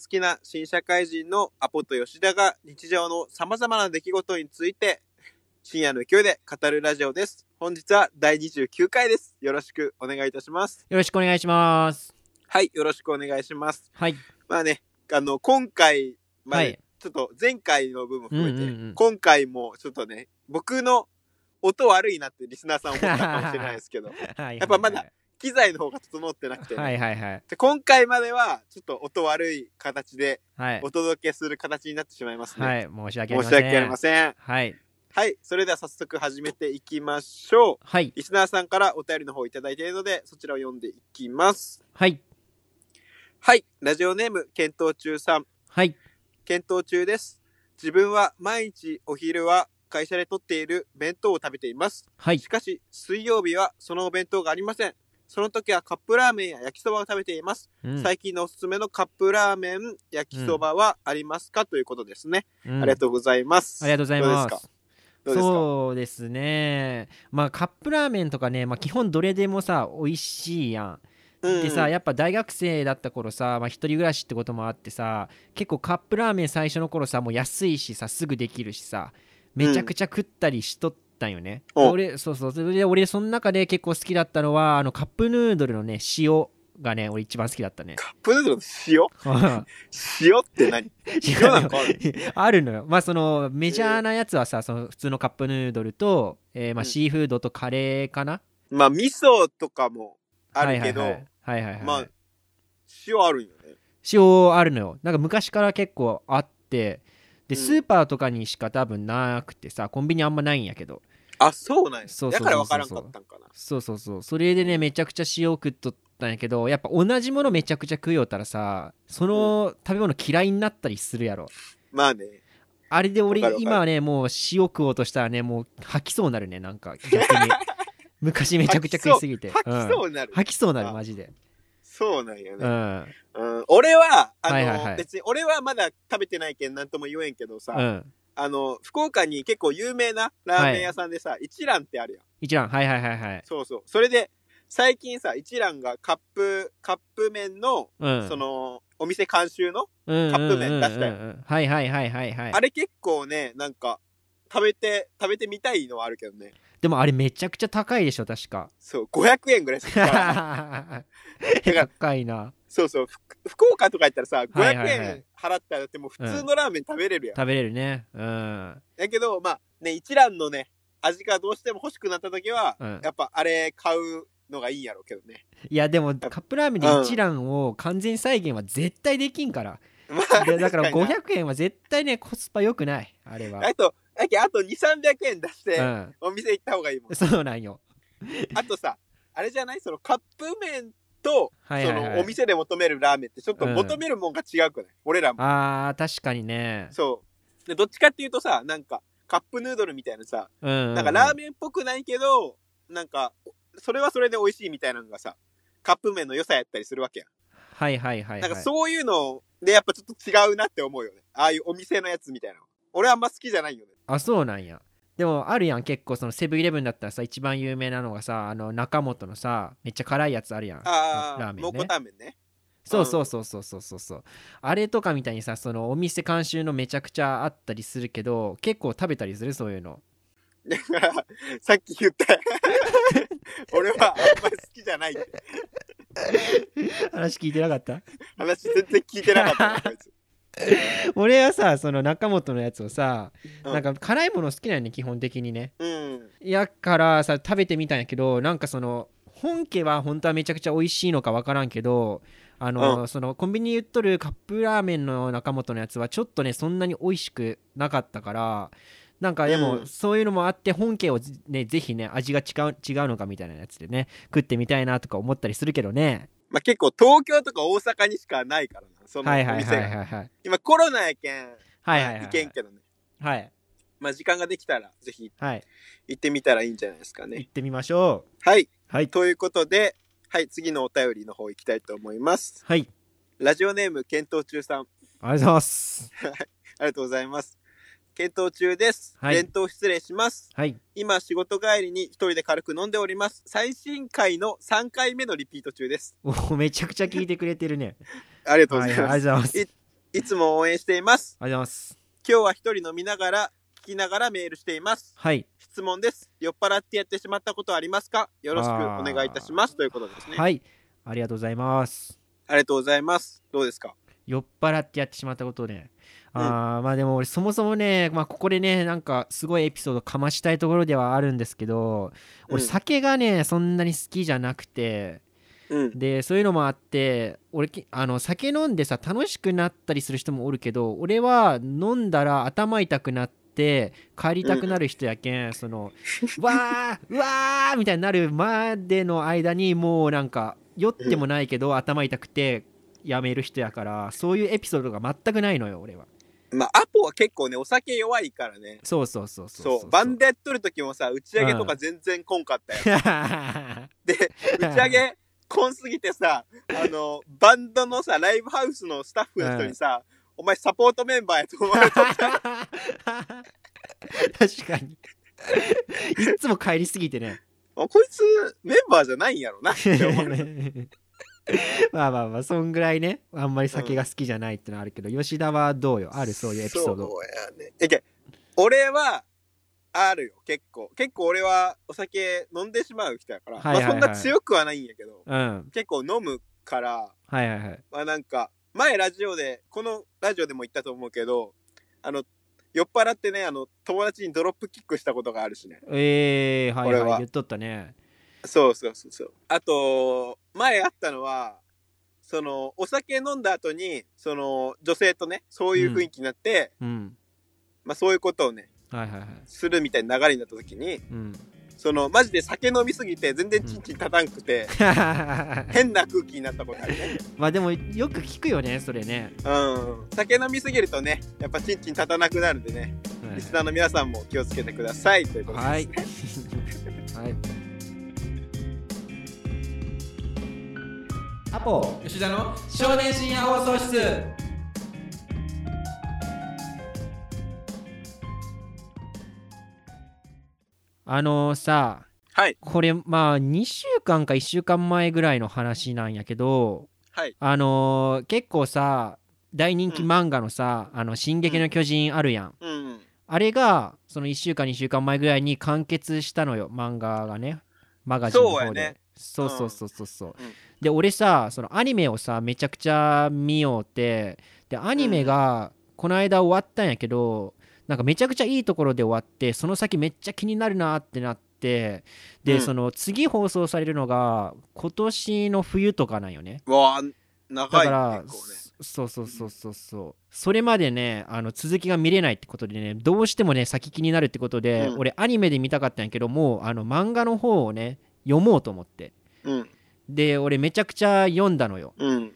好きな新社会人のアポと吉田が日常の様々な出来事について深夜の勢いで語るラジオです。本日は第29回です。よろしくお願いいたします。よろしくお願いします。はい、よろしくお願いします。はい。まあね、あの、今回まはで、い。ちょっと前回の分も含めて、うんうんうん今回もちょっとね、僕の音悪いなってリスナーさん思ったかもしれないですけど、ややっぱまだ。機材の方が整ってなくて、はいはいはい。で今回まではちょっと音悪い形ではいお。届けする形になってしまいますね。はい。申し訳あ申りましせん。訳ありまん。せん。はい。はい、それでは早速始めていきましょう。はい。リスナーさんからお便りの方いただいているので、そちらを読んでいきます。はい。はい、ラジオネーム、検討中さん。はい。検討中です。自分は毎日お昼は会社で取っている弁当を食べています。はいし。かし、水曜日はそのお弁当がありません。その時はカップラーメンや焼きそばを食べています。うん最近のおすすめのカップラーメン、焼きそばはありますか、ということですね。うんありがとうございます。ありがとうございどうでますす。どうですかそうですね。まあカップラーメンとかね、まあ基本どれでもさ、美味しいやん。うんでさ、やっぱ大学生だった頃さ、まあ一人暮らしってこともあってさ、結構カップラーメン最初の頃さ、もう安いしさ、すぐできるしさ、めちゃくちゃ食ったりしとったんよね。うんお俺、そうそう。それで俺、その中で結構好きだったのは、あのカップヌードルのね、塩がね、俺一番好きだったね。カップヌードルの塩 塩って何違う塩なんかあるあるのよ。まあそのメジャーなやつはさ、その普通のカップヌードルと、えーまうあんシーフードとカレーかな、まあ味噌とかもあるけど、はいはいはい、はいはいはいまあ塩あるんよね。塩あるのよ。なんか昔から結構あって、うでんスーパーとかにしか多分なくてさ、コンビニあんまないんやけど。あそうなんや。そうだそうそうそうから分からんかったんかな。そうそうそう。それでね、めちゃくちゃ塩食っとったんやけど、やっぱ同じものめちゃくちゃ食いよったらさ、その食べ物嫌いになったりするやろ。まあね。あれで俺わかるわかる今はねもう塩食おうとしたらねもう吐きそうになるねなんか 逆に昔めちゃくちゃ食いすぎて吐きうんそうになる。吐きそうになるあマジでそうなんようね。んうん、俺は、あの、はいはいはい別に俺はまだ食べてないけんなんとも言えんけどさ、うんあの、福岡に結構有名なラーメン屋さんでさ、一蘭ってあるやん。一覧はいはいはいはいそうそう。それで、最近さ、一蘭がカップ、カップ麺の、うんその、お店監修の、うんカップ麺出したようんうんうんはいはいはいはいはいあれ結構ね、なんか、食べて、食べてみたいのはあるけどね。でもあれめちゃくちゃ高いでしょ確かそう、500円ぐらいしか 使わない。ら高いなそうそう、ふ福岡とか行ったらさ、はい500はいはい円払ったらだってもう普通のラーメン食べれるやん。食べれるねうんだけど、まあね、一蘭のね、味がどうしても欲しくなった時は、うんやっぱあれ買うのがいいんやろうけどね。 いやでもカップラーメンで一覧を完全再現は絶対できんからまあでだから確に500円は絶対ねコスパ良くないあれはなあと、だけあと2、300円出しうて、んお店行った方がいい もん。そうなんよ。あとさ、あれじゃないそのカップ麺と、はいはい、そはのい。お店で求めるラーメンってちょっとうん求めるもんが違うくない、俺らも。ああ、確かにね。そう。で、どっちかっていうとさ、なんか、カップヌードルみたいなさ、うんうん、うん。なんかラーメンっぽくないけど、なんか、それはそれで美味しいみたいなのがさ、カップ麺の良さやったりするわけやん。はいはいはい、はい。なんかそういうのでやっぱちょっと違うなって思うよね。ああいうお店のやつみたいなの。俺あんま好きじゃないよね。あ、そうなんや。でもあるやん、結構そのセブンイレブンだったらさ、一番有名なのがさ、あの中本のさ、めっちゃ辛いやつあるやん。ああ、ラーメ蒙ン古ね。タンメンね。 そうそうそうそうそうそうそう。あれとかみたいにさ、そのお店監修のめちゃくちゃあったりするけど、結構食べたりするそういうの。だから、さっき言った。 俺はあんまり好きじゃないって話聞いてなかった話全然聞いてなかったねこいつ。 俺はさ、その中本のやつをさ、うんなんか辛いもの好きなんよね、基本的にね。うん。やからさ食べてみたんやけどなんかその本家は本当はめちゃくちゃ美味しいのか分からんけどあの、そのコンビニで売っとるカップラーメンの中本のやつはちょっとねそんなに美味しくなかったからなんかでうもんそういうのもあって本家をぜねぜひね味が違う違うのかみたいなやつでね食ってみたいなとか思ったりするけどねまあ、結構東京とか大阪にしかないからな。そのおはい店が。はいはいはいはいはい今コロナやけん。はいはい行けんけどね。はいまあ、時間ができたらぜひはい行ってみたらいいんじゃないですかね行。ってみましょうはい。はいということで、はい、次のお便りの方行きたいと思います。はいラジオネーム、検討中さん。ありがとうございますありがとうございます。検討中です。はい検討失礼します。はい今、仕事帰りに一人で軽く飲んでおります。最新回の3回目のリピート中です。おめちゃくちゃ聞いてくれてるねありがとうごはざいいはいあまりす。がとうございますいつも応援しています。ありがとうございます今日は一人飲みながら、聞きながらメールしています。はい質問です。酔っ払ってやってしまったことはありますかよろしくお願いいたします。ということですね、はいありがとうございますありがとうございます。どうですか酔っ払ってやってしまったことねあーまあでも俺そもそもね、まあ、ここでねなんかすごいエピソードかましたいところではあるんですけど俺うん酒がねそんなに好きじゃなくてうん。でそういうのもあって俺きあの酒飲んでさ楽しくなったりする人もおるけど俺は飲んだら頭痛くなって帰りたくなる人やけん、その わーうわーみたいになるまでの間にもうなんか酔ってもないけど、頭痛くてやめる人やからそういうエピソードが全くないのよ俺はまあ、アポは結構ね、お酒弱いからね。そうそうそうそうそうバン ドやっとる時もさ打ち上げとか全然こんかったよ、で打ち上げこんすぎてさあのバンドのさライブハウスのスタッフの人にさ、お前サポートメンバーやと思われた 確かに いっつも帰りすぎてねあこいつメンバーじゃないんやろなって思う まあまあまあそんぐらいねあんまり酒が好きじゃないってのはあるけど、吉田はどうよあるそういうエピソードそうやねえけ俺はあるよ結構結構俺はお酒飲んでしまう人やから、はいはいはいまあ、そんな強くはないんやけどうんはい結構飲むからはいはいまあなんか前ラジオでこのラジオでも言ったと思うけどあの酔っ払ってねあの友達にドロップキックしたことがあるしねえー、はいこれはいは言っとったねそうそうそうそうあと前あったのはそのお酒飲んだ後にその女性とねそういう雰囲気になって、うんまあ、そういうことをねはいはいはいするみたいな流れになった時にうん そのマジで酒飲みすぎて全然チンチン立たんくて、変な空気になったことあるねまあでもよく聞くよねそれね、うん酒飲みすぎるとねやっぱチンチン立たなくなるんでねはいリスナーの皆さんも気をつけてくださいという ことです、はい。はい。アポ吉田の少年深夜放送室。あのさ、はいこれまあ2週間か1週間前ぐらいの話なんやけど、はいあのー結構さ大人気漫画のさ「あの進撃の巨人」あるやん、うんあれがその1週間2週間前ぐらいに完結したのよ漫画がねマガジンの方でそうやねそうそうそうそうそう、うんで俺さそのアニメをさめちゃくちゃ見ようってでアニメがこの間終わったんやけど、なんかめちゃくちゃいいところで終わってその先めっちゃ気になるなってなってで、うんその次放送されるのが今年の冬とかなんよねわあだ長いかねら、結構ねそそうそうそうそうそうそれまでねあの続きが見れないってことでねどうしてもね先気になるってことで、うん俺アニメで見たかったんやけどもうあの漫画の方をね読もうと思ってうんで俺めちゃくちゃ読んだのようん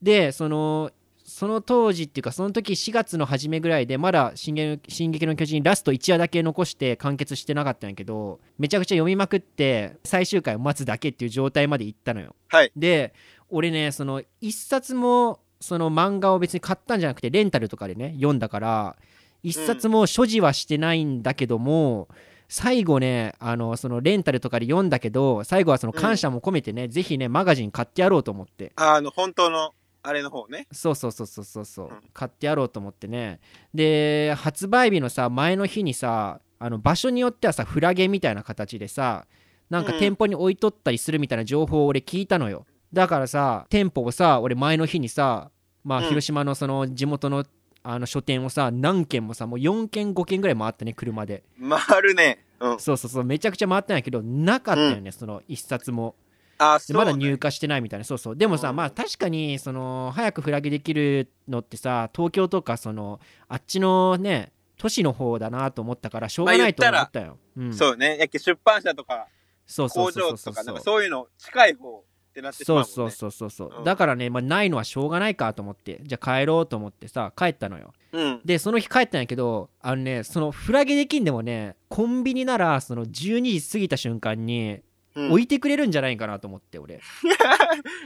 でそのその当時っていうかその時4月の初めぐらいでまだ進撃の「進撃の巨人」ラスト1話だけ残して完結してなかったんやけどめちゃくちゃ読みまくって最終回を待つだけっていう状態まで行ったのよはいで俺ねその一冊もその漫画を別に買ったんじゃなくてレンタルとかでね読んだから一冊も所持はしてないんだけども、最後ねあのそのレンタルとかで読んだけど最後はその感謝も込めてね、ぜひねマガジン買ってやろうと思ってあの本当のあれの方ねそうそうそうそうそうそう、うん買ってやろうと思ってねで発売日のさ前の日にさあの場所によってはさフラゲみたいな形でさなんかうん店舗に置いとったりするみたいな情報を俺聞いたのよだからさ店舗をさ俺前の日にさまあうん広島のその地元のあの書店をさ何軒もさもう4軒5軒ぐらい回ったね車で回るねうんそうそうそうめちゃくちゃ回ったんやけどなかったよね、その1冊もあそでうまねだ入荷してないみたいなそうそうでもさ、うんまあ確かにその早くフラゲできるのってさ東京とかそのあっちのね都市の方だなと思ったからしょうがないと思ったよ、うんそうねやっけ出版社とかそうそ工うそう場そとうかそなんうかそういうの近い方ってなってしまうそもうんねそうそうそうそううんだからね、まあ、ないのはしょうがないかと思ってじゃあ帰ろうと思ってさ帰ったのようんでその日帰ったんやけどあのねそのフラゲできんでもねコンビニならその12時過ぎた瞬間にうん置いてくれるんじゃないかなと思って俺、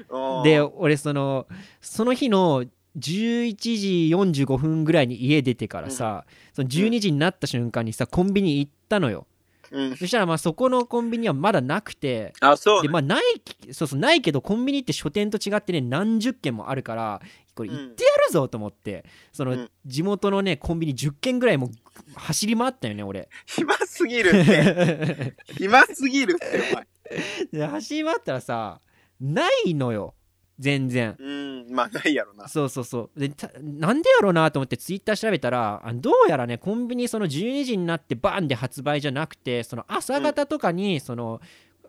うんで俺そのその日の11時45分ぐらいに家出てからさ、その12時になった瞬間にさコンビニ行ったのようんそしたらまあそこのコンビニはまだなくてあそうでねまあないそうそうないけどコンビニって書店と違ってね何十軒もあるからこれ行ってやるぞと思ってその、うん地元のねコンビニ10軒ぐらいもう走り回ったよね 俺暇すぎるって 暇すぎるってお前で走り回ったらさないのよ全然うんまあないやろなそうそうそうでたなんでやろうなと思ってツイッター調べたらあどうやらねコンビニその12時になってバーンで発売じゃなくてその朝方とかにその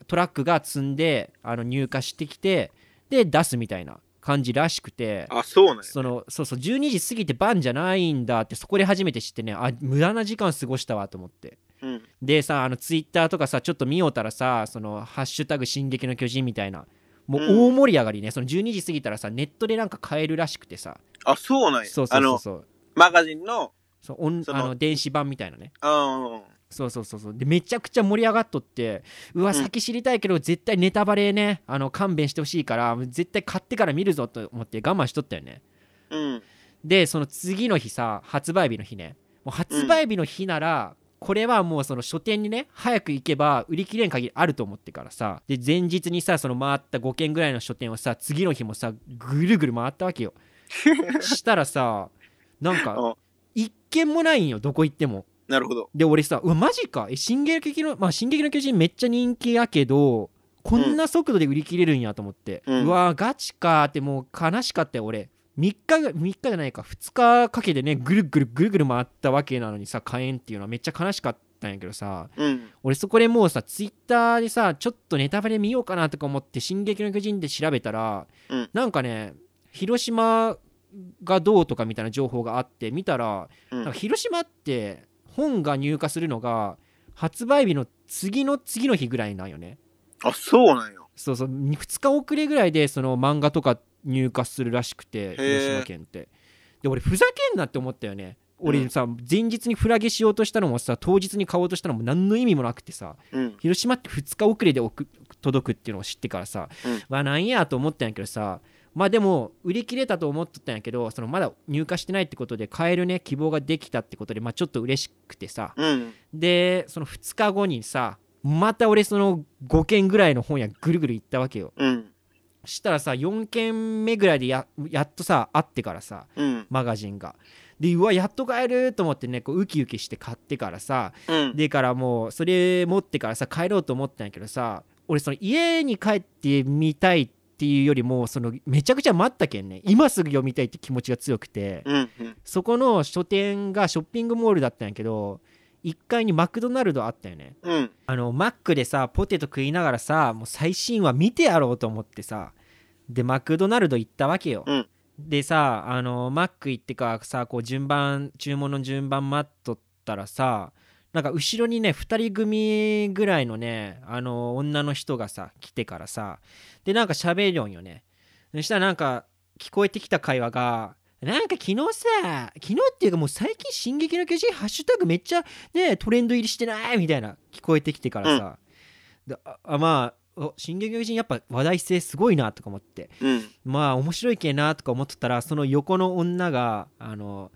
トラックが積んであの入荷してきてで出すみたいな感じらしくてあそうなんやそのそうそう12時過ぎてバンじゃないんだってそこで初めて知ってねあ無駄な時間過ごしたわと思ってうんでさあのツイッターとかさちょっと見ようたらさ「そのハッシュタグ進撃の巨人」みたいなもう大盛り上がりね、その12時過ぎたらさネットでなんか買えるらしくてさあそうなんやそうそあうそうのそうマガジンのそうオンそのあの電子版みたいなねうんそうそうそうそうでめちゃくちゃ盛り上がっとってうわん先知りたいけど絶対ネタバレねあの勘弁してほしいから絶対買ってから見るぞと思って我慢しとったよねうんでその次の日さ発売日の日ねもう発売日の日なら、これはもうその書店にね早く行けば売り切れん限りあると思ってからさで前日にさその回った5軒ぐらいの書店をさ次の日もさぐるぐる回ったわ けよしたらさなんうんか一軒もないんよどこ行ってもなるほどで俺さうわマジかえ進撃のまあ進撃の巨人めっちゃ人気やけどこんな速度で売り切れるんやと思って、ううんわガチかーってもう悲しかったよ俺3日が3日じゃないか2日かけてねぐるぐるぐるぐる回ったわけなのにさ火炎っていうのはめっちゃ悲しかったんやけどさうん俺そこでもうさツイッターでさちょっとネタバレ見ようかなとか思って「進撃の巨人」で調べたら、うんなんかね広島がどうとかみたいな情報があって見たらうんなんか広島って本が入荷するのが発売日の次の次の日ぐらいなんよねあそうなんやそうそう2日遅れぐらいでその漫画とか入荷するらしくーて広島県ってで俺ふざけんなって思ったよね俺さ、前日にフラゲしようとしたのもさ当日に買おうとしたのも何の意味もなくてさうん広島って2日遅れで送届くっていうのを知ってからさ、うんまあなんやと思ったんやけどさまあでも売り切れたと思っとったんやけどそのまだ入荷してないってことで買えるね希望ができたってことでまあちょっと嬉しくてさうんでその2日後にさまた俺その5軒ぐらいの本屋ぐるぐる行ったわけようんしたらさ4軒目ぐらいでややっとさ会ってからさうんマガジンがでうわやっと買えると思ってねこうウキウキして買ってからさうんでからもうそれ持ってからさ帰ろうと思ったんやけどさ俺その家に帰ってみたいっていうよりもそのめちゃくちゃ待ったけんね今すぐ読みたいって気持ちが強くてうんうんそこの書店がショッピングモールだったんやけど1階にマクドナルドあったよねうんあのマックでさポテト食いながらさもう最新話見てやろうと思ってさでマクドナルド行ったわけよ、うんでさあのマック行ってからさこう順番注文の順番待っとったらさなんか後ろにね2人組ぐらいのねあの女の人がさ来てからさでなんか喋るんよねそしたらなんか聞こえてきた会話がなんか昨日さ昨日っていうかもう最近「進撃の巨人」ハッシュタグめっちゃねトレンド入りしてないみたいな聞こえてきてからさ、でああまあお「進撃の巨人」やっぱ話題性すごいなとか思ってうんまあ面白いけんなとか思ってたらその横の女があの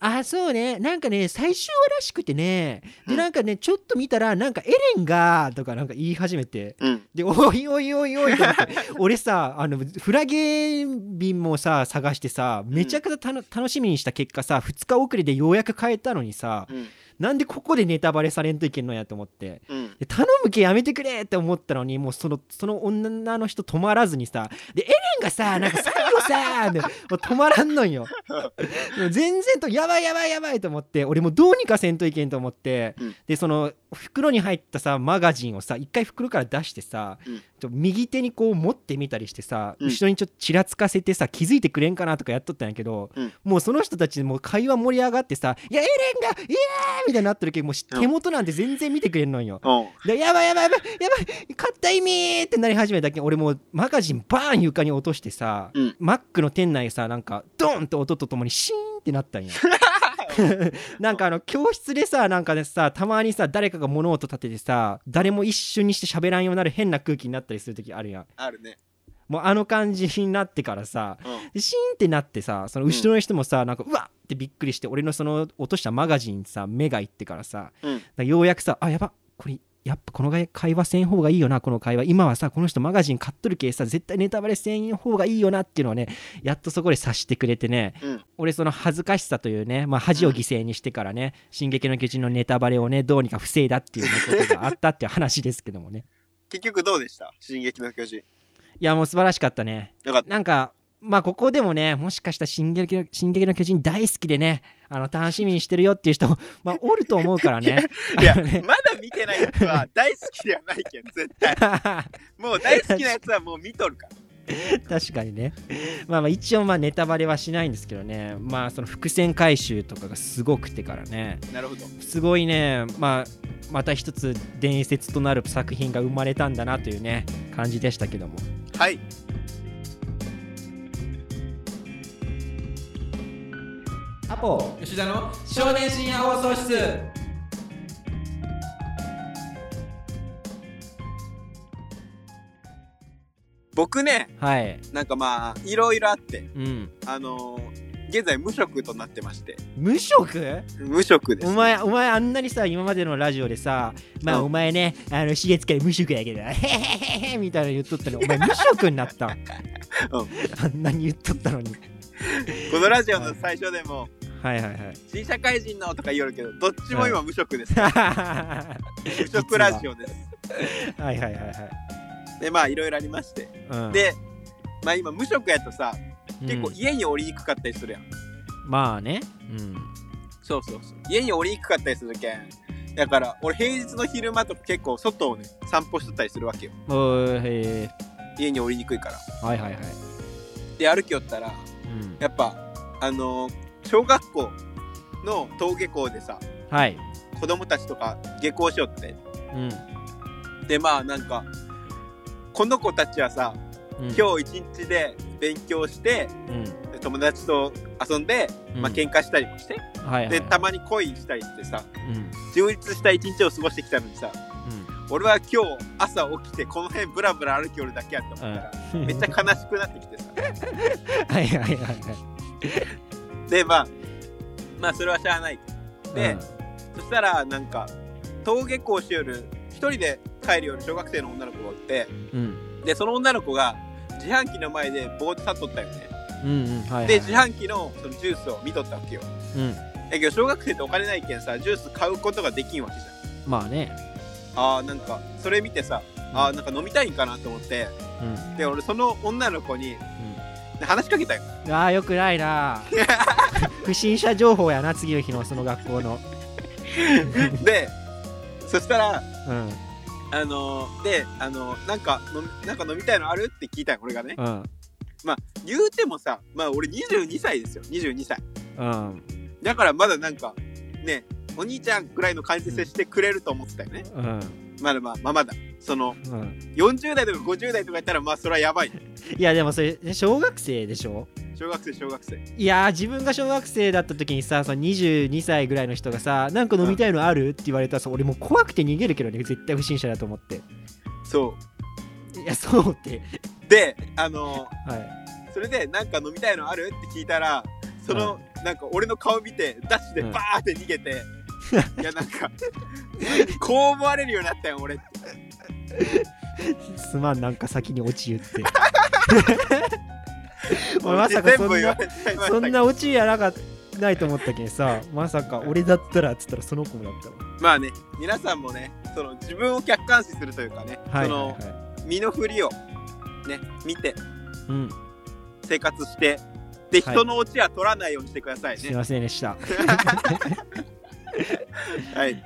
あそうねなんかね最終話らしくてねうでんなんかねちょっと見たらなんかエレンがとかなんか言い始めてうんで、おいおいおいおいと 思って俺さ、あの、フラゲ便もさ、探してさ、めちゃくちゃたの楽しみにした結果さ、2日遅れでようやく買えたのにさ、うんなんでここでネタバレされんといけんのやと思って。うんで頼むけやめてくれって思ったのにもうそのその女の人止まらずにさでエレンがさなんか最後さでもう止まらんのん よでも全然とやばいやばいやばいと思って俺もどうにかせんといけんと思って、うんでその袋に入ったさマガジンをさ一回袋から出してさ、うんちょ右手にこう持ってみたりしてさ、うん後ろにちょっとちらつかせてさ気づいてくれんかなとかやっとったんやけど、うんもうその人たちもう会話盛り上がってさ「いやエレンがイエーイ!」みたいになってるけどもうしうん手元なんて全然見てくれんのんよ。うんでやばいやばいやばいやばい買った意味ってなり始めたけん俺もうマガジンバーン床に落としてさ、うんマックの店内さなんかドーンと音とともにシーンってなったんやなんかあの教室でさなんかでさたまにさ誰かが物音立ててさ誰も一瞬にして喋らんようになる変な空気になったりする時あるやんあるねもうあの感じになってからさうんでシーンってなってさその後ろの人もさ、なんかうわっってびっくりして俺のその落としたマガジンにさ目がいってからさうんだからようやくさあやばこれやっぱこの会話せん方がいいよなこの会話今はさこの人マガジン買っとるけさ絶対ネタバレせん方がいいよなっていうのをねやっとそこで察してくれてね、うん俺その恥ずかしさというね、まあ、恥を犠牲にしてからね「進撃の巨人」のネタバレをねどうにか防いだっていうねことがあったっていう話ですけどもね結局どうでした進撃の巨人。いやもう素晴らしかったねよかった。なんか、まあ、ここでもね、もしかしたら進撃の進撃の巨人大好きでね、あの楽しみにしてるよっていう人も、 まあ、おると思うからね。 いや、あのまねだ見てないやつは大好きではないけど、絶対。もう大好きなやつはもう見とるから。確かにね、まあ、まあ一応まあネタバレはしないんですけどね、まあ、その伏線回収とかがすごくてからねなるほど。すごいね、まあ、また一つ伝説となる作品が生まれたんだなというね感じでしたけどもはい。アポ吉田の少年深夜放送室僕ね、はいなんかまあ、いろいろあって、うんあのー現在無職となってまして、無職無職です。お前お前あんなにさ今までのラジオでさまあうんお前ねあの4月から無職やけどへへへへみたいなの言っとったのにお前無職にな ったん、あんなに言っとったのにこのラジオの最初でも、はいはい はい新社会人のとか言おるけど、どっちも今無職 です。無職はラジオです。はいはいはいはいで、まあ、いろいろありまして。、うん、で、まあ今無職やとさ、うん結構家におりにくかったりするやん。まあねうんそうそうそう。家におりにくかったりするけん。だから、俺平日の昼間とか結構外をね、散歩しとったりするわけよ。おーへ家におりにくいから。ーはいはいはいで、歩きよったら、うんやっぱ、あのー小学校の登下校でさ、はい子供たちとか下校しよって。うんで、まあなんか、この子たちはさ、うん今日一日で勉強して、うん友達と遊んで、まあうん喧嘩したりもして、はいはいで、たまに恋したりしてさ、うんうん充実した一日を過ごしてきたのにさ、俺は今日朝起きてこの辺ブラブラ歩きよるだけやと思ったら、うんめっちゃ悲しくなってきてさ はいはいはいはいでまあまあそれはしゃあないで、そしたらなんか登下校しよる一人で帰るよる小学生の女の子がおってうんうんでその女の子が自販機の前でぼーっと立っとったよねうんうんはいはいで自販機のそのジュースを見とったわけようんだけど小学生ってお金ないけんさジュース買うことができんわけじゃんまあねあーなんかそれ見てさあーなんか飲みたいんかなと思ってうんで俺その女の子にうん話しかけたよああよくないな不審者情報やな次の日のその学校のでそしたらうんあのーであのーなんか飲みなんか飲みたいのあるって聞いたよ俺がねうん言うてもさまあ俺22歳ですよ22歳うんだからまだなんかねお兄ちゃんくらいの感じで接してくれると思ってたよね、うんまだまあまあまだそのうん40代とか50代とかやったらまあそれはやばいいやでもそれ小学生でしょ小学生小学生いやー自分が小学生だった時にさその22歳ぐらいの人がさなんか飲みたいのあるって言われたらさ俺もう怖くて逃げるけどね絶対不審者だと思ってそいやそうってうであのはいーそれでなんか飲みたいのあるって聞いたらその、なんか俺の顔見てダッシュでうんバーって逃げ て、いやなんかこう思われるようになったよ俺すまんなんか先に落ち言って お前俺まさかそ全部ん言わなれちゃいましたけど そんなオチやなかないと思ったけんさまさか俺だったらっつったらその子もだったわまあね皆さんもねその自分を客観視するというかね、はいそはのいはい身の振りをね見てうん、生活してではい人のオチは取らないようにしてくださいすいねませんでした。はい、